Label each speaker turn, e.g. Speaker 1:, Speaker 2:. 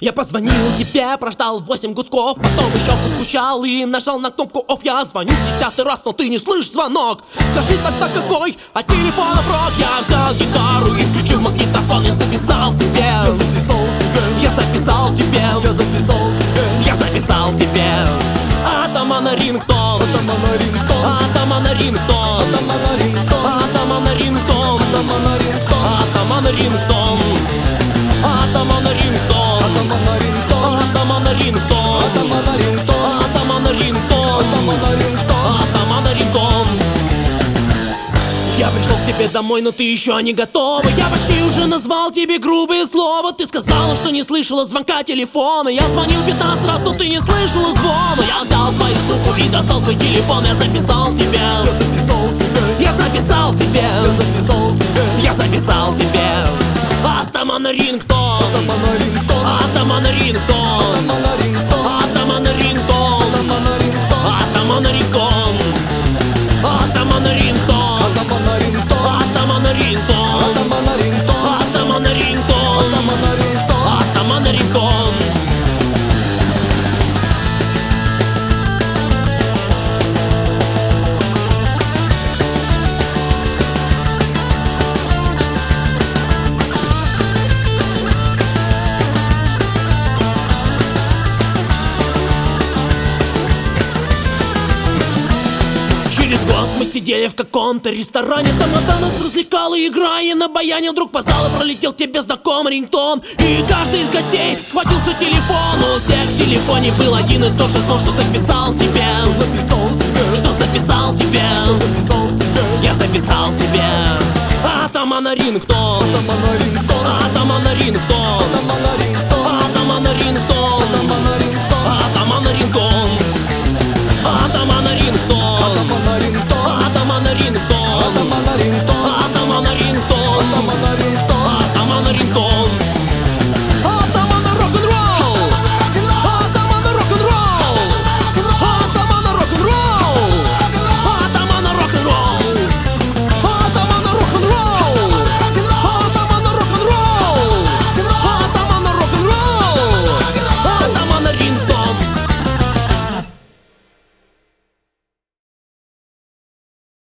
Speaker 1: Я позвонил тебе, прождал 8 гудков Потом еще поскучал и нажал на кнопку оф Я звоню десятый раз, но ты не слышишь звонок Скажи тогда какой от телефона прок Я взял гитару и включил магнитофон Я записал тебе,
Speaker 2: Я записал тебе,
Speaker 1: я записал тебе
Speaker 2: я записал тебе
Speaker 1: Я записал тебе Атома на рингтон
Speaker 2: Дома на рингтон,
Speaker 1: Атома на рингтон
Speaker 2: дома на рингтон,
Speaker 1: Атома на рингтон
Speaker 2: дома на рингтон,
Speaker 1: Атома на рингтон Атома на рингтон
Speaker 2: дома на рингтон,
Speaker 1: Атома на рингтон
Speaker 2: дома на рингтон,
Speaker 1: Атома на рингтон
Speaker 2: дома на рингтон.
Speaker 1: Атома на рингтон я пришел к тебе домой, но ты еще не готова Я почти уже назвал тебе грубые слова Ты сказала, что не слышала звонка телефона Я звонил 15 раз, но ты не слышала звона Я взял твою сумку и достал твой телефон Я записал тебя,
Speaker 2: Я записал тебе,
Speaker 1: я записал тебе
Speaker 2: я записал тебе,
Speaker 1: Я записал тебе Атома на рингтон
Speaker 2: дома на рингтон,
Speaker 1: Атома на рингтон
Speaker 2: дома на рингтон,
Speaker 1: Атома на рингтон
Speaker 2: дома на рингтон,
Speaker 1: Атома на рингтон Атома на рингтон
Speaker 2: дома на рингтон,
Speaker 1: Атома на рингтон Атома
Speaker 2: дома на рингтон,
Speaker 1: на рингтон
Speaker 2: дома на рингтон.
Speaker 1: Атома на рингтон Через год мы сидели в каком-то ресторане Тамада нас развлекала, играя на баяне Вдруг по залу пролетел тебе знакомый рингтон И каждый из гостей схватился телефон У всех в телефоне был один и тот же слон Что записал тебе,
Speaker 2: Я записал тебе,
Speaker 1: что записал тебе
Speaker 2: записал тебе,
Speaker 1: Я записал тебе Атома на рингтон